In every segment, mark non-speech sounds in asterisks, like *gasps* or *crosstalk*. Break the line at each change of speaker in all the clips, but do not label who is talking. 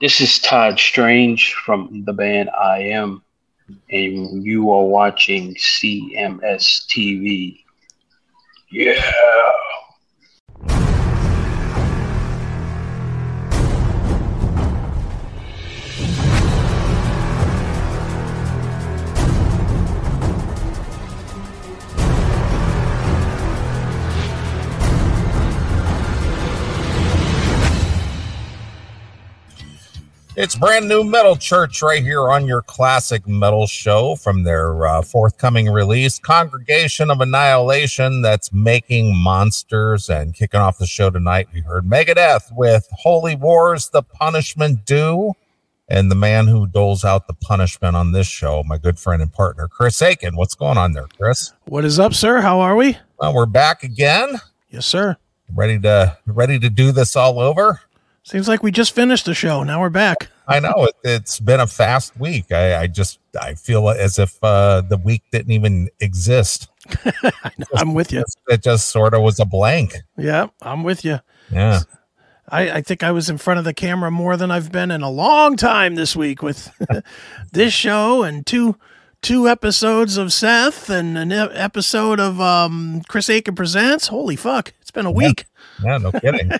This is Todd Strange from the band I Am, and you are watching CMS TV. Yeah.
It's brand new Metal Church right here on your classic metal show from their uh, forthcoming release, Congregation of Annihilation, that's making monsters. And kicking off the show tonight, we heard Megadeth with Holy Wars, The Punishment Due. And the man who doles out the punishment on this show, my good friend and partner, Chris Aiken. What's going on there, Chris?
What is up, sir? How are we?
Well, we're back again,
Yes, sir.
ready to ready to do this all over.
Seems like we just finished the show. Now
*laughs*
we're back.
I know it, it's been a fast week. I, I just I feel as if uh, the week didn't even exist.
I'm with you.
It just sort of was a blank.
Yeah, I'm with you.
Yeah,
I, I think I was in front of the camera more than I've been in a long time this
*laughs*
week with this show and two two episodes of Seth and an ep- episode of um, Chris Aiken presents. Holy fuck! It's been a week.
yeah, no kidding.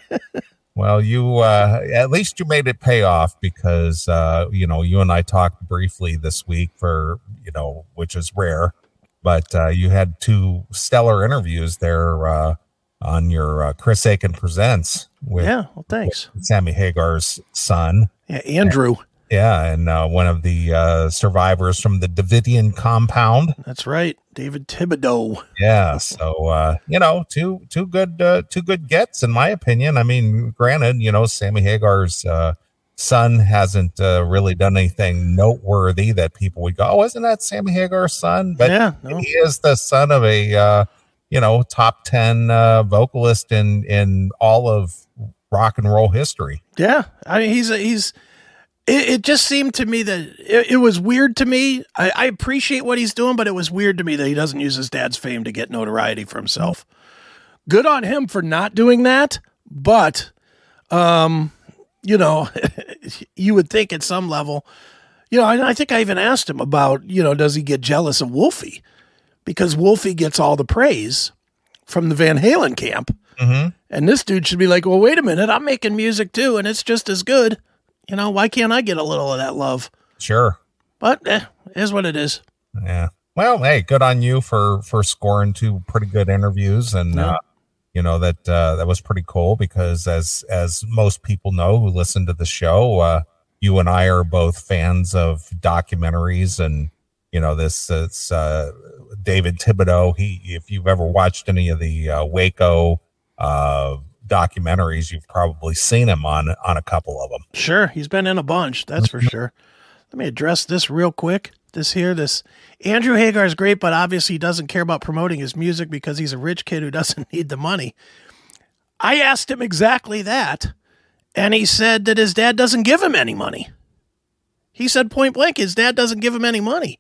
well, you uh, at least you made it pay off because uh, you know you and I talked briefly this week for you know which is rare, but uh, you had two stellar interviews there uh, on your uh, Chris Aiken presents with
Yeah. Well, thanks.
Sammy Hagar's son.
Yeah, Andrew.
Yeah, and uh, one of the uh, survivors from the Davidian compound.
That's right, David Thibodeau.
Yeah, so uh, you know, two two good uh, two good gets in my opinion. I mean, granted, you know, Sammy Hagar's uh, son hasn't uh, really done anything noteworthy that people would go, "Oh, isn't that Sammy Hagar's son?" But
yeah. No.
he is the son of a uh, you know top ten uh, vocalist in in all of rock and roll history.
Yeah, I mean, he's a, he's. It, it just seemed to me that it, it was weird to me. I, I appreciate what he's doing, but it was weird to me that he doesn't use his dad's fame to get notoriety for himself. Good on him for not doing that, but, um, you know, *laughs* you would think at some level, you know, and I think I even asked him about, you know, does he get jealous of Wolfie because Wolfie gets all the praise from the Van Halen camp.
Mm-hmm.
And this dude should be like, well, wait a minute, I'm making music too, and it's just as good. You know, why can't I get a little of that love?
Sure.
But eh, it is what it is.
Yeah. Well, hey, good on you for for scoring two pretty good interviews, and
Yeah.
uh, you know that uh, that was pretty cool because as as most people know who listen to the show, uh, you and I are both fans of documentaries, and you know this it's uh, David Thibodeau. He, if you've ever watched any of the uh, Waco uh, documentaries, you've probably seen him on on a couple of them.
Sure, he's been in a bunch, that's for sure. Let me address this real quick. This here, this Andrew Hagar is great, but obviously he doesn't care about promoting his music because he's a rich kid who *laughs* doesn't need the money. I asked him exactly that, and he said that his dad doesn't give him any money. He said point blank, his dad doesn't give him any money.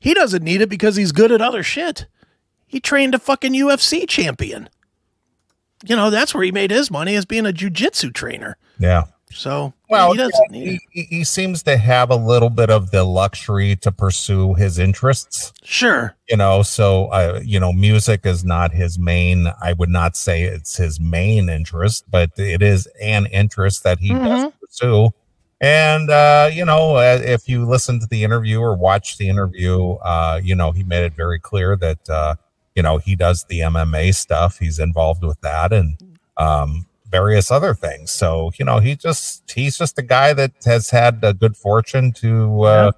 He doesn't need it because he's good at other shit. He trained a fucking UFC champion. You know, that's where he made his money as being a jujitsu trainer.
Yeah.
So
Well,
he doesn't
yeah,
need it.
he, he seems to have a little bit of the luxury to pursue his interests,
Sure.
you know. So, uh, you know, music is not his main. I would not say it's his main interest, but it is an interest that he does pursue. And uh, you know, uh, if you listen to the interview or watch the interview, uh, you know, he made it very clear that uh, you know he does the MMA stuff. He's involved with that, and um, various other things. So you know, he just he's just a guy that has had the good fortune to uh,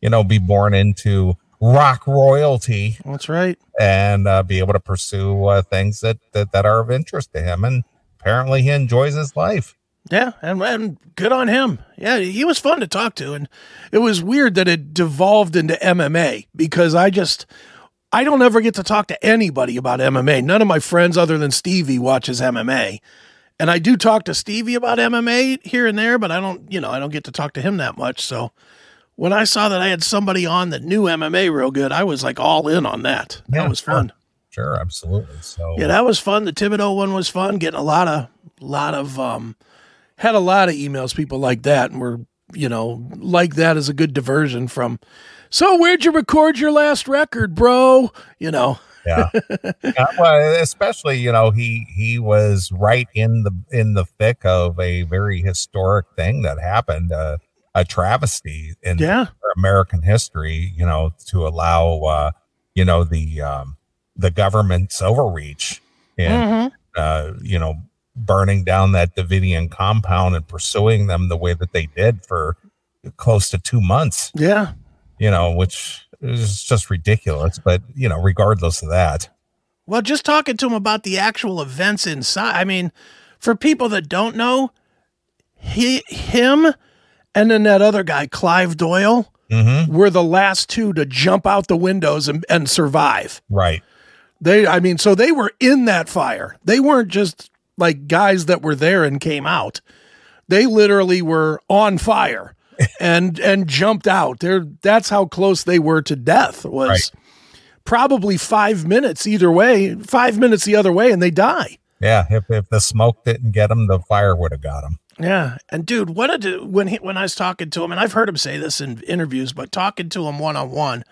you know be born into rock royalty
That's right.
and uh, be able to pursue uh, things that, that that are of interest to him. And apparently, he enjoys his life.
Yeah, and, and good on him. Yeah, he was fun to talk to, and it was weird that it devolved into MMA because I just I don't ever get to talk to anybody about MMA. None of my friends other than Stevie watches MMA, and I do talk to Stevie about MMA here and there, but I don't you know I don't get to talk to him that much. So when I saw that I had somebody on that knew MMA real good, I was like all in on that. That
Yeah,
was
sure.
fun.
Sure, absolutely. So
Yeah, that was fun. The Thibodeau one was fun. Getting a lot of lot of um, had a lot of emails, people like that, and were, you know, like that as a good diversion from, so where'd you record your last record, bro? You know,
yeah. yeah. Well, especially you know he he was right in the in the thick of a very historic thing that happened, uh, a travesty in
Yeah.
American history. You know to allow uh, you know the um, the government's overreach and uh, you know burning down that Davidian compound and pursuing them the way that they did for close to two months.
yeah,
You know, which is just ridiculous. But you know, regardless of that.
Well, just talking to him about the actual events inside. I mean, for people that don't know, he, him, and then that other guy, Clive Doyle,
hmm
were the last two to jump out the windows and, and survive.
Right.
They, I mean, so they were in that fire. They weren't just like guys that were there and came out. They literally were on fire and and jumped out. They're, that's how close they were to death. Was
Right.
probably five minutes either way, five minutes the other way, and they die.
Yeah. If, if the smoke didn't get him, the fire would have got him.
Yeah, and dude, what a du- when he, when I was talking to him, and I've heard him say this in interviews, but talking to him one on one,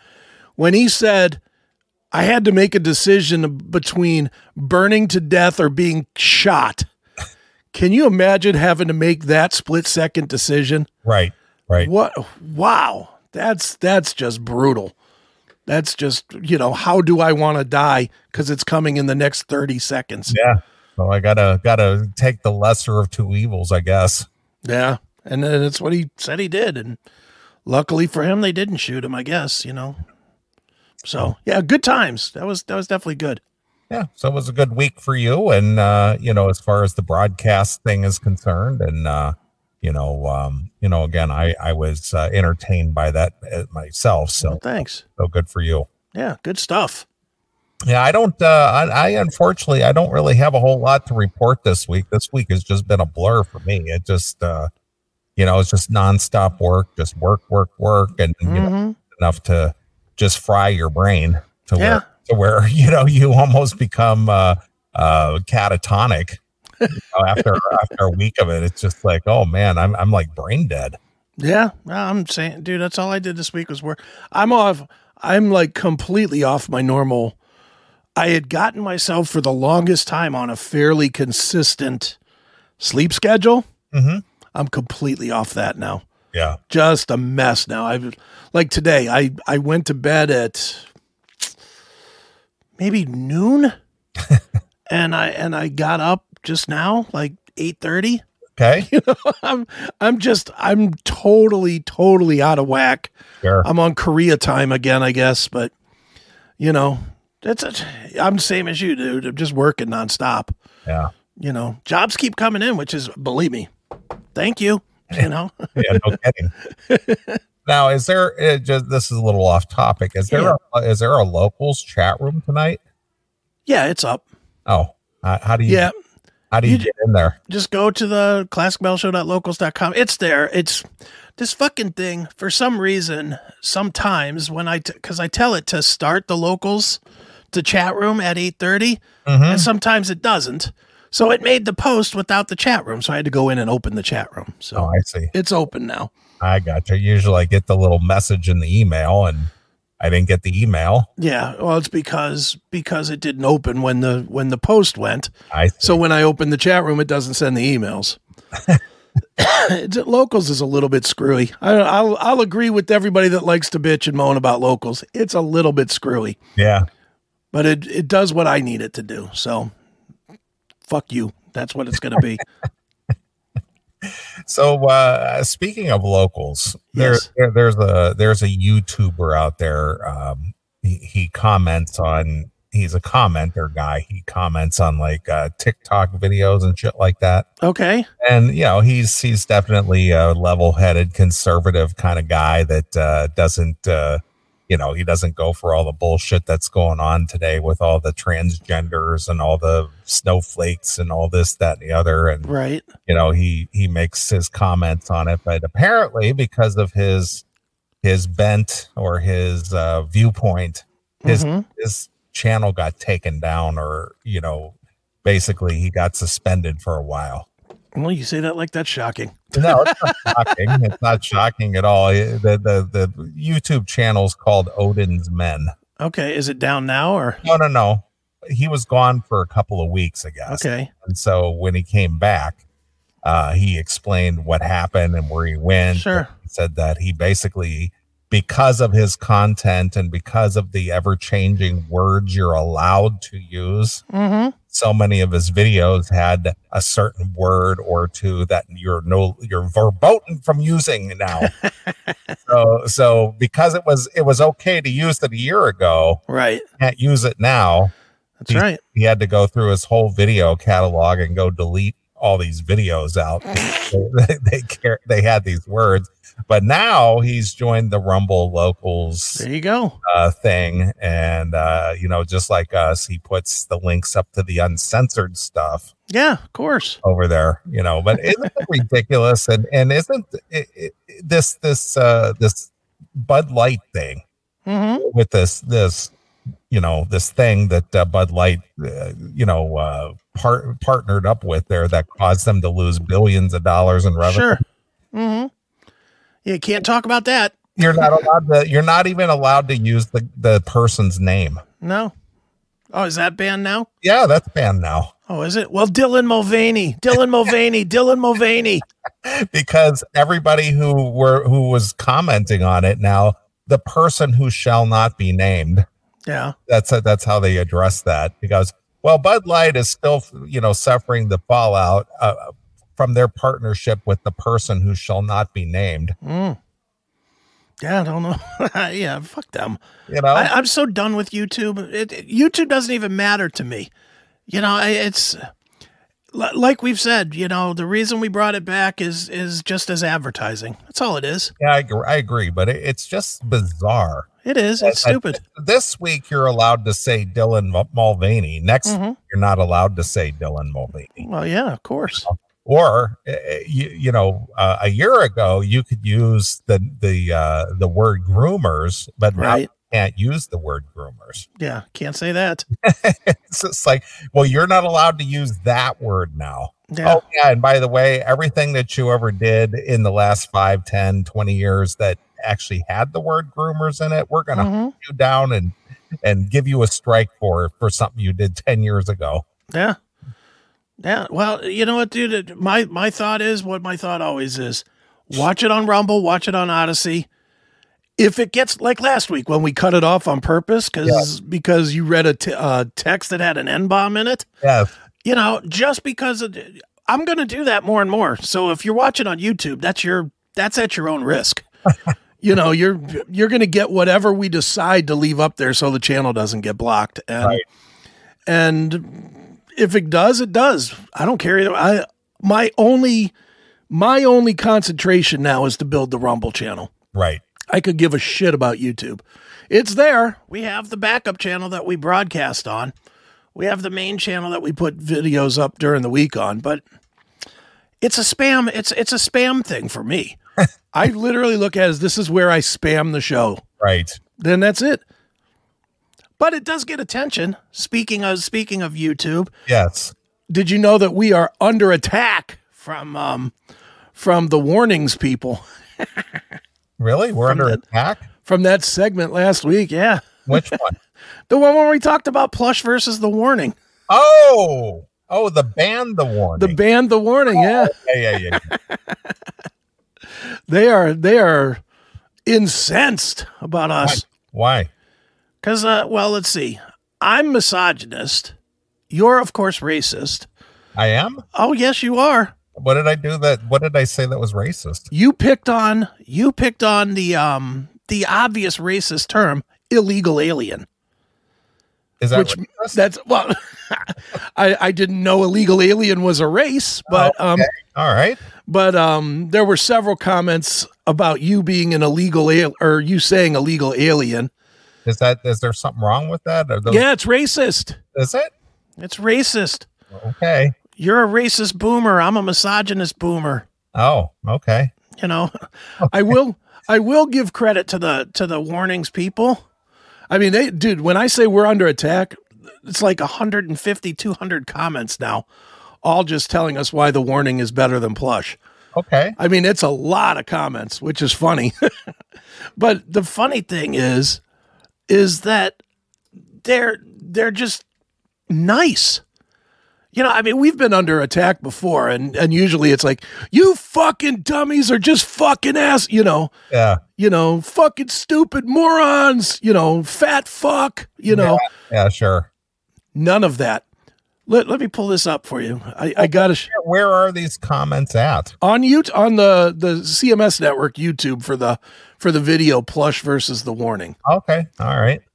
when he said, "I had to make a decision between burning to death or being shot." Can you imagine having to make that split second decision?
Right. Right.
What? Wow, that's that's just brutal. That's just you know how do I want to die because it's coming in the next thirty seconds.
Yeah. So I gotta gotta take the lesser of two evils, I guess.
Yeah. And then it's what he said he did. And luckily for him, they didn't shoot him, I guess, you know. So yeah, good times. That was that was definitely good.
Yeah. So it was a good week for you, and uh, you know, as far as the broadcast thing is concerned, and uh, you know, um, you know, again, I I was uh, entertained by that uh, myself. So
Thanks.
so good for you.
Yeah, good stuff.
Yeah, I don't. Uh, I, I unfortunately I don't really have a whole lot to report this week. This week has just been a blur for me. It just, uh, you know, it's just nonstop work, just work, work, work, and you know,
Mhm.
enough to just fry your brain to
Yeah.
where to where *laughs* you know you almost become uh, uh, catatonic *laughs* you know, after after a week of it. It's just like, oh man, I'm I'm like brain dead.
Yeah. No, I'm saying, dude, that's all I did this week was work. I'm off I'm like completely off my normal. I had gotten myself for the longest time on a fairly consistent sleep schedule.
Mm-hmm.
I'm completely off that now.
Yeah,
just a mess now. I've like today, I I went to bed at maybe noon, and I and I got up just now, like eight thirty. *laughs*
okay,
I'm I'm just I'm totally totally out of whack.
sure,
I'm on Korea time again, I guess, but you know that's it. I'm the same as you, dude. I'm just working nonstop.
yeah,
You know, jobs keep coming in, which is believe me, thank you. You know.
yeah, no kidding. Now, is there? uh just, this is a little off topic. Is there? A, is there a locals chat room tonight?
Yeah, it's up.
Oh, uh, how do you?
Yeah,
how do you,
you
get in there?
just go to the classicbellshow.locals.com. It's there. It's this fucking thing for some reason. Sometimes when I because I tell it to start the locals to chat room at eight thirty,
Mhm.
and sometimes it doesn't. So it made the post without the chat room. So I had to go in and open the chat room. So
Oh, I see.
it's open now.
I got you. Usually, I get the little message in the email, and I didn't get the email.
Yeah. Well, it's because because it didn't open when the when the post went.
I see.
So when I open the chat room, it doesn't send the emails. It's- locals is a little bit screwy. I, I'll, I'll agree with everybody that likes to bitch and moan about locals. It's a little bit screwy,
yeah.
but it, it does what I need it to do. So fuck you. That's what it's going to be.
So uh, speaking of locals,
Yes.
there, there there's a there's a YouTuber out there. Um, he, he comments on he's a commenter guy. He comments on like uh, TikTok videos and shit like that.
Okay.
And you know he's he's definitely a level headed conservative kind of guy that uh, doesn't uh, you know he doesn't go for all the bullshit that's going on today with all the transgenders and all the snowflakes and all this that and the other and
Right.
you know he he makes his comments on it but apparently because of his his bent or his uh viewpoint His-
Mhm.
his channel got taken down or you know basically he got suspended for a while
Well, you say that like that's shocking.
No, it's not shocking. It's not shocking at all. It- The, the the YouTube channel is called Odin's Men.
Okay, is it down now or
No, no, no. He was gone for a couple of weeks, I guess.
okay?
And so when he came back, uh, he explained what happened and where he went.
Sure.
He said that he basically, because of his content and because of the ever changing words you're allowed to use,
Mm-hmm.
so many of his videos had a certain word or two that you're no you're verboten from using now. so so because it was it was okay to use it a year ago,
Right.
can't use it now
That's right.
he had to go through his whole video catalog and go delete all these videos out. *laughs* they, they care. They had these words, but now he's joined the Rumble locals
There you go.
uh, thing, and uh, you know, just like us, he puts the links up to the uncensored stuff
Yeah, of course.
over there. You know, but isn't it ridiculous? And and isn't it, it, this this uh, this Bud Light thing?
Mm-hmm.
with this this you know this thing that uh, Bud Light uh, you know uh, part partnered up with there that caused them to lose billions of dollars in revenue.
Sure. Mm-hmm. You can't talk about that.
You're not allowed to. You're not even allowed to use the the person's name.
No. Oh, is that banned now?
Yeah, that's banned now
Oh, is it? Well, Dylan Mulvaney, Dylan Mulvaney, Dylan Mulvaney.
because everybody who were who was commenting on it now the person who shall not be named.
Yeah.
That's that's how they address that because well Bud Light is still you know suffering the fallout uh, from their partnership with the person who shall not be named.
Mm. Yeah, I don't know. *laughs* yeah, fuck them.
You know,
I, I'm so done with YouTube. It, it- YouTube doesn't even matter to me. You know, I, it's li- like we've said. You know, the reason we brought it back is is just as advertising. That's all it is.
yeah, I, agree- I agree, but it, it's just bizarre.
It is. It's stupid.
This week you're allowed to say Dylan Mul- Mulvaney. Next
Mhm.
you're not allowed to say Dylan Mulvaney.
Well, yeah, of course.
Or eh, eh, you, you know, uh, a year ago you could use the the uh, the word groomers, but now you
Right.
can't use the word groomers.
Yeah, can't say that.
it's just like, well, you're not allowed to use that word now.
Yeah.
Oh, yeah. And by the way, everything that you ever did in the last 5, 10, 20 years that actually had the word groomers in it, we're going to
Mhm.
hunt you down and and give you a strike for for something you did 10 years ago.
Yeah. Yeah. Well, you know what, dude? It- My my thought is what my thought always is. Watch it on Rumble, watch it on Odyssey. If it gets like last week when we cut it off on purpose because because you read a t- uh, text that had an N bomb in it,
Yeah.
you know, just because of, I'm going to do that more and more. So if you're watching on YouTube, that's your that's at your own risk. you know, you're you're going to get whatever we decide to leave up there so the channel doesn't get blocked and
Right.
and if it does, it does. I don't care either. I my only my only concentration now is to build the Rumble channel.
Right.
I could give a shit about YouTube. It's there. We have the backup channel that we broadcast on. We have the main channel that we put videos up during the week on, but it's a spam it's it's a spam thing for *laughs* me. I literally look at it as this is where I spam the show.
Right.
Then that's it. But it does get attention. Speaking of speaking of YouTube,
Yes.
did you know that we are under attack from um from the warnings people
Really? We're under
the-
attack?
from that segment last week? Yeah. *laughs*
Which one?
The one where we talked about plush versus the warning.
Oh. Oh, the band the
The
warning.
band the warning, yeah.
yeah, yeah, yeah.
They are they are incensed about us.
Why?
Cause uh well, let's see. I'm misogynist. You're of course racist.
I am?
Oh yes, you are.
What did I do that? What did I say that was racist?
You picked on you picked on the um the obvious racist term illegal alien.
Is that
Which-
racist?
That's well *laughs* I I didn't know illegal alien was a race, but um
All right.
but um, there were several comments about you being an illegal al- or you saying illegal alien.
Is that is there something wrong with that? Are those,
Yeah, it's racist.
Is it
It's racist.
okay?
You're a racist boomer. I'm a misogynist boomer.
Oh, okay.
You know, *laughs* I will I will give credit to the to the warnings people. I mean, they dude, when I say we're under attack, it's like 150 200 comments now all just telling us why the warning is better than plush.
Okay.
I mean, it's a lot of comments, which is funny. *laughs* but the funny thing is, is that they're they're just nice. You know, I mean, we've been under attack before, and and usually it's like you fucking dummies are just fucking ass. You know,
Yeah.
you know, fucking stupid morons. You know, fat fuck. You know,
Yeah. Sure.
none of that. Let, let me pull this up for you. I, I got to sh-
Where are these comments at?
on you on the the CMS network YouTube for the for the video plush versus the warning.
Okay. All right. *laughs*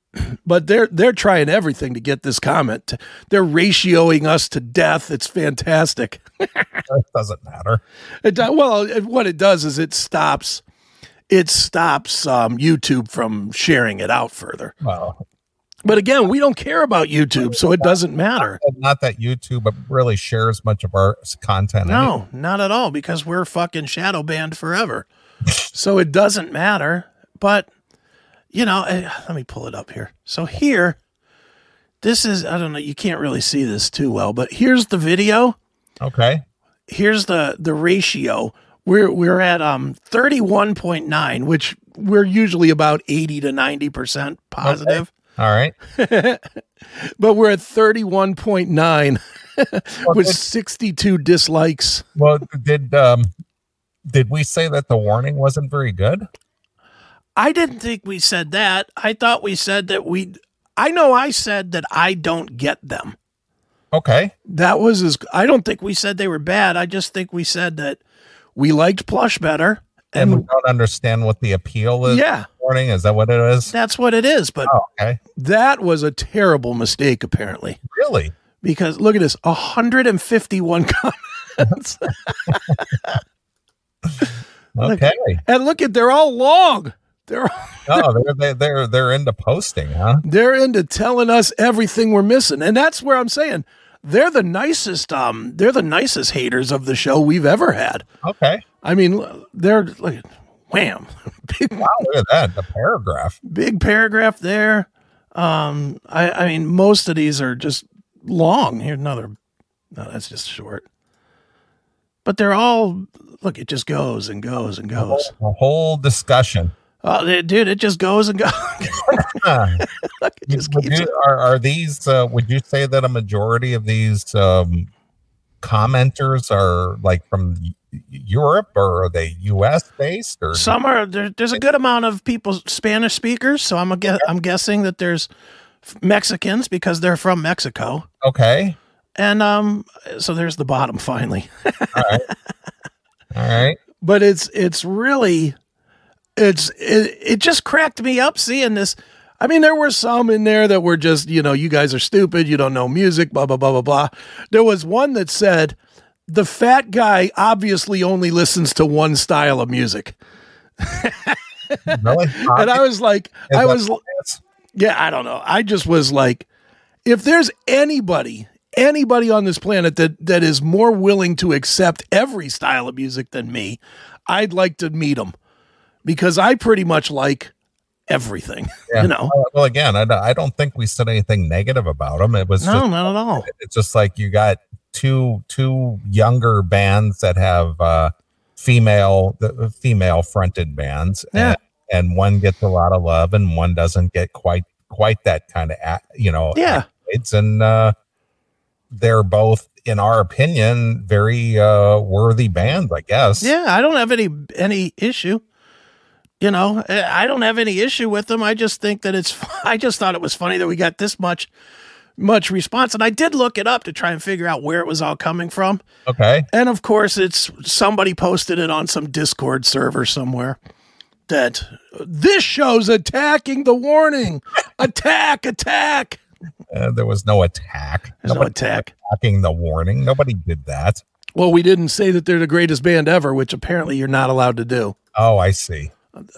But they're they're trying everything to get this comment. They're ratioing us to death. It's fantastic.
That doesn't matter.
It do- well, it- what it does is it stops it stops um, YouTube from sharing it out further.
Well,
But again, we don't care about YouTube, so it doesn't matter.
not that YouTube really shares much of our content. anyway.
No, not at all, because we're fucking shadow banned forever. so it doesn't matter. But, you know, eh, let me pull it up here. So here, this is, I don't know, you can't really see this too well, but here's the video.
Okay.
Here's the the ratio. We're we're at um 31.9, which we're usually about 80 to 90% positive
All right.
*laughs* but we're at 31.9 *laughs*
good.
with 62 dislikes.
Well, did um, did we say that the warning wasn't very good?
I didn't think we said that. I thought we said that we I know I said that I don't get them.
Okay.
That was as I don't think we said they were bad. I just think we said that we liked plush better.
And we
And
don't understand what the appeal is.
yeah,
Warning is that what it is?
that's what it is. But
Oh, okay.
that was a terrible mistake apparently.
Really?
Because look at this, *laughs* 151
*laughs*
comments. Look.
Okay.
and look at they're all long. They're
Oh, they're they, they're they're into posting, huh?
they're into telling us everything we're missing and that's where i'm saying they're the nicest um they're the nicest haters of the show we've ever had
Okay.
i mean l- they're like wham *laughs* big,
Wow, Oh, look at that. The paragraph.
big paragraph there um i i mean most of these are just long here another no that's just short but they're all look it just goes and goes and
A
goes
whole
*laughs*
discussion.
oh they- dude it just goes and *laughs* goes
Huh.
look, it just
Would
keeps
you- are, are these uh, would you say that a majority of these um, commenters are like from y- Europe or are they US based or
Some are there, there's a good amount of people Spanish speakers, so I'm a guess, I'm guessing that there's f- Mexicans because they're from Mexico,
okay
and um, so there's the bottom *laughs* finally.
all right
But it's it's really it's it, it just cracked me up seeing this. I mean, there were some in there that were just you know you guys are stupid, you don't know music, blah blah blah blah blah. There was one that said the fat guy obviously only listens to one style of music,
really
*laughs* and I was like, I
that
was.
biased?
Yeah, I don't know. I just was like, if there's anybody, anybody on this planet that that is more willing to accept every style of music than me, I'd like to meet them because I pretty much like everything. *laughs*
Yeah.
You know?
Uh, well again I, don't- I don't think we said anything negative about them it was
No,
just,
not at all.
it's just like you got two two younger bands that have uh female the uh, female fronted bands
Yeah.
and, and one gets a lot of love and one doesn't get quite quite that kind of a- you know
Yeah.
accolades. and uh they're both in our opinion very uh worthy bands i guess
Yeah, I don't have any any issue. You know, I I don't have any issue with them. I just think that it's. *laughs* I just thought it was funny that we got this much much response, and I did look it up to try and figure out where it was all coming from.
okay
And of course, it's somebody posted it on some Discord server somewhere that this show's attacking the *laughs* warning. attack, attack.
Uh, there was no attack
There's no
Nobody
attack.
attacking the warning nobody did that
Well, we didn't say that they're the greatest band ever, which apparently you're not allowed to do.
oh i see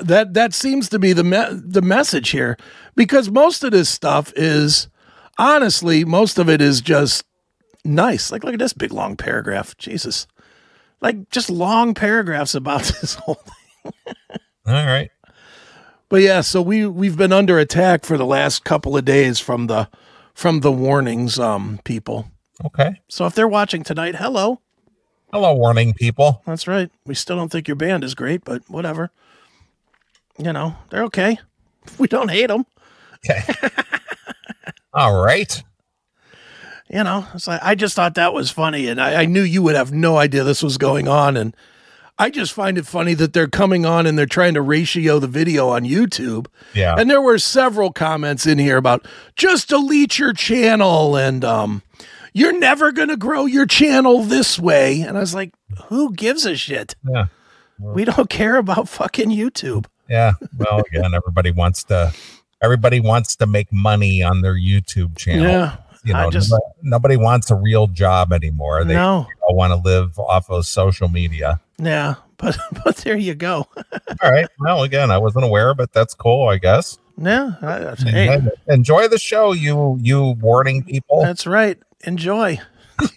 That that seems to be the me- the message here because most of this stuff is honestly, most of it is just nice. Like look at this big long paragraph. Jesus. Like just long paragraphs about *laughs* this whole thing.
all right
But yeah, so we we've been under attack for the last couple of days from the from the warnings um people.
Okay.
So if they're watching tonight, hello.
Hello, warning people.
That's right. We still don't think your band is great, but whatever. You know, they're okay. *laughs* We don't hate them.
Okay. All right.
You know, it's like I just thought that was funny, and I, I knew you would have no idea this was going on, and I just find it funny that they're coming on and they're trying to ratio the video on YouTube.
Yeah.
And there were several comments in here about just delete your channel and um you're never going to grow your channel this way. And I was like, who gives a shit?
Yeah.
We don't care about fucking YouTube.
Yeah. Well, again, everybody wants to everybody wants to make money on their YouTube channel.
Yeah.
You
I
know,
just-
nobody, nobody wants a real job anymore. They
no.
all want to live off of social media.
Yeah. But *laughs* but there you go.
All right. Well, again, I wasn't aware, but that's cool, I guess.
Yeah. I- hey,
Enjoy- Enjoy the show, you you warning people.
that's right. Enjoy. *laughs*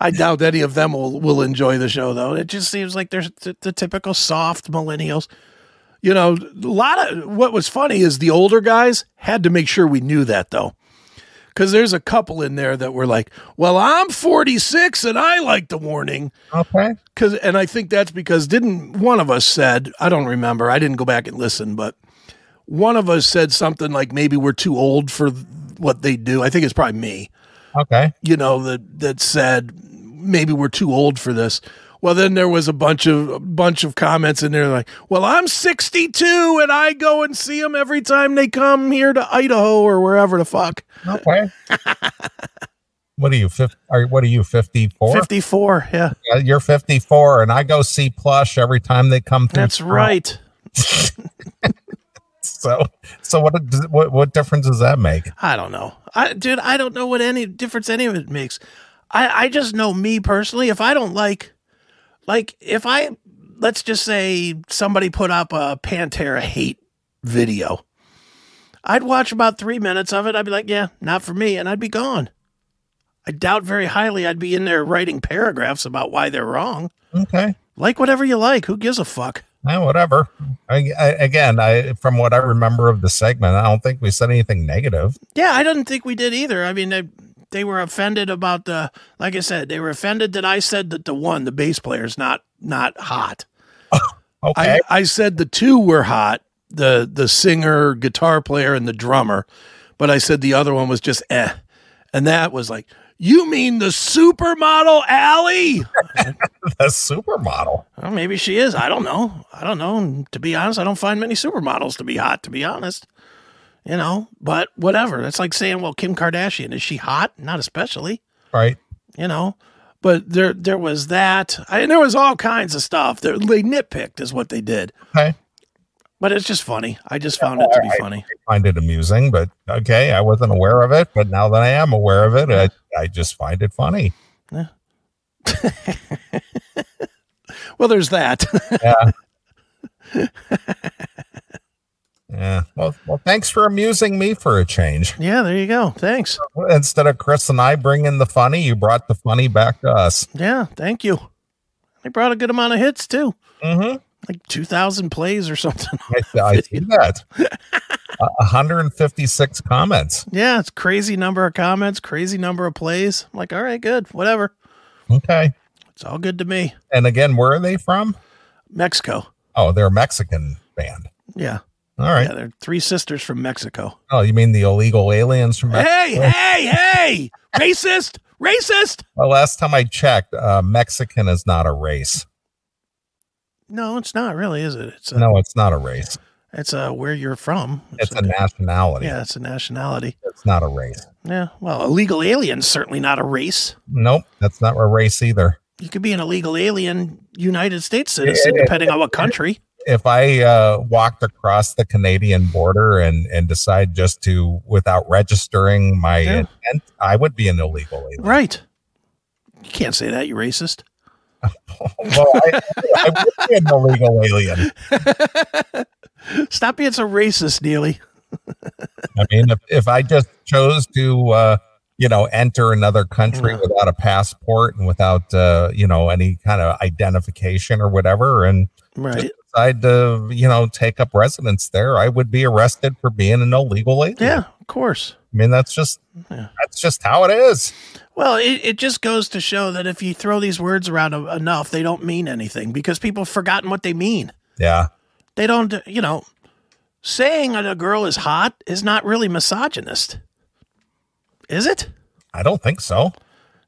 I doubt any of them will, will enjoy the show, though. It just seems like there's t- the typical soft millennials. You know, a lot of what was funny is the older guys had to make sure we knew that, though. Because there's a couple in there that were like, well, I'm 46 and I like the warning.
Okay.
Cause, and I think that's because didn't one of us said I don't remember I didn't go back and listen but one of us said something like maybe we're too old for th- what they do I think it's probably me
Okay.
you know that that said maybe we're too old for this well then there was a bunch of a bunch of comments in there like well I'm 62 and I go and see them every time they come here to Idaho or wherever the fuck *laughs*
Okay. what are you? Fif- are, what are you? Fifty four.
54 yeah
You're fifty four, and I go see plush every time they come through.
that's
town.
right
*laughs* So, so what, what? What difference does that make?
I don't know. I dude, I don't know what any difference any of it makes. I I just know me personally. If I don't like, like if I let's just say somebody put up a Pantera hate video, I'd watch about three minutes of it. I'd be like, yeah, not for me, and I'd be gone. I doubt very highly I'd be in there writing paragraphs about why they're wrong.
Okay.
Like whatever you like. Who gives a fuck?
Eh, whatever. I, I, again, I from what I remember of the segment, I don't think we said anything negative.
Yeah, I didn't think we did either. I mean, they, they were offended about the, like I said, they were offended that I said that the one, the bass player, is not not hot.
Okay.
I, I said the two were hot, the the singer, guitar player, and the drummer, but I said the other one was just eh, and that was like, you mean the supermodel Allie?
the supermodel.
well, maybe she is. I don't know. I don't know. And to be honest, I don't find many supermodels to be hot. To be honest. You know, but whatever. That's like saying, well, Kim Kardashian, is she hot? Not especially
Right.
you know. But there there was that, I, and there was all kinds of stuff. They, they nitpicked, is what they did.
Okay.
But it's just funny. I just found it to be funny.
Find it amusing, but okay, I wasn't aware of it. But now that I am aware of it, I, I just find it funny.
Well, there's that. *laughs*
yeah. yeah. Well, well, thanks for amusing me for a change.
yeah, there you go. Thanks.
Instead of Chris and I bringing the funny, you brought the funny back to us.
Yeah, thank you. They brought a good amount of hits too,
Mm-hmm.
like two thousand plays or something.
I, I see that. Uh, 156 comments.
yeah, it's crazy number of comments, crazy number of plays. I'm like, all right, good, whatever.
Okay.
It's all good to me.
And again, where are they from?
Mexico.
Oh, they're a Mexican band.
Yeah,
All right.
yeah. They're three sisters from Mexico.
Oh, you mean the illegal aliens from Mexico?
Hey, hey, hey! Racist, racist.
Well, last time I checked, uh, Mexican is not a race.
No, it's not really, is it? It's a,
No, it's not a race.
it's a where you're from.
It's a nationality.
yeah, it's a nationality.
It's not a race.
Yeah, well, illegal alien's certainly not a race.
Nope, that's not a race either.
You could be an illegal alien United States citizen,
Yeah.
depending on what country.
If I uh, walked across the Canadian border and and decide just to without registering my
Yeah.
intent, I would be an illegal alien.
Right. You can't say that, you racist. *gasps*
well, I, I would be an illegal alien.
Stop being so racist, Neely.
I mean, if, if I just chose to, uh, you know, enter another country
Yeah.
without a passport and without, uh, you know, any kind of identification or whatever, and
Right.
just decide to, you know, take up residence there, I would be arrested for being an illegal alien.
Yeah, of course.
I mean, that's just
Yeah.
that's just how it is.
Well, it, it just goes to show that if you throw these words around e- enough, they don't mean anything because people have forgotten what they mean.
Yeah.
They don't, you know, saying that a girl is hot is not really misogynist, is it?
I don't think so.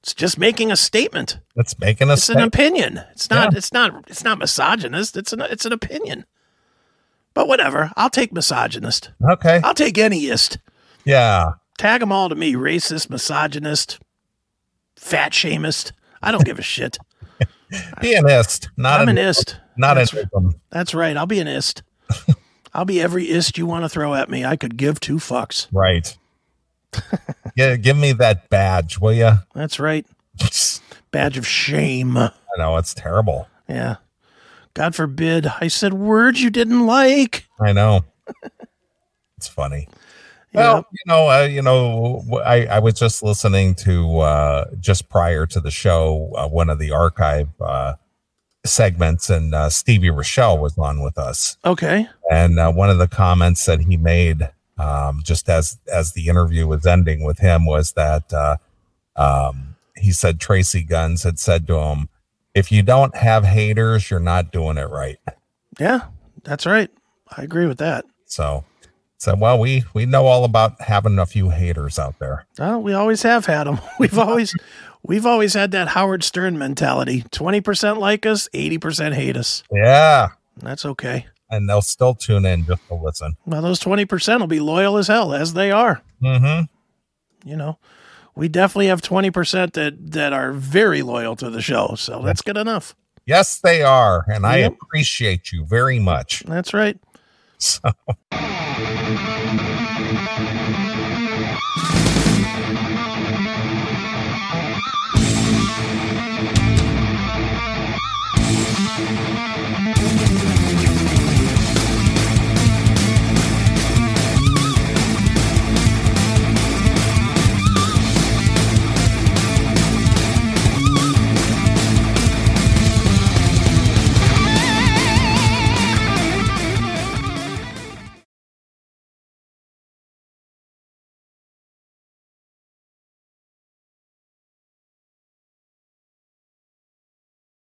It's just making a statement.
It's making a
It's an
statement.
opinion. It's not. It's not. It's not misogynist. It's an. It's an opinion. But whatever. I'll take misogynist.
okay.
I'll take anyist.
Yeah.
Tag them all to me. Racist, misogynist, fat shamist. I don't give a shit.
Pianist. Not
I'm
an,
an ist.
not an
That's, that's right. I'll be an ist. I'll be every ist you want to throw at me. I could give two fucks. *laughs*
right. yeah, give me that badge, will you?
That's right.
*laughs* I
Badge of shame.
know it's terrible.
Yeah. God forbid I said words you didn't like.
I know. it's funny.
Yeah.
Well, you know, uh, you know, w- I, I was just listening to uh, just prior to the show uh, one of the archive uh, segments, and uh, Stevie Rochelle was on with us,
Okay.
and uh, one of the comments that he made um, just as as the interview was ending with him was that uh, um, he said Tracy Guns had said to him, "If you don't have haters, you're not doing it right."
Yeah. That's right. I agree with that.
So, so well, we we know all about having a few haters out there.
Well, we always have had them. *laughs* We've always we've always had that Howard Stern mentality. 20% like us, 80% hate us.
Yeah.
That's okay.
and they'll still tune in just to listen.
Well, those 20% will be loyal as hell as they are,
Mm-hmm.
you know. We definitely have 20% that that are very loyal to the show. So that's good enough.
Yes, they are, and I
Yep.
appreciate you very much.
That's right.
So,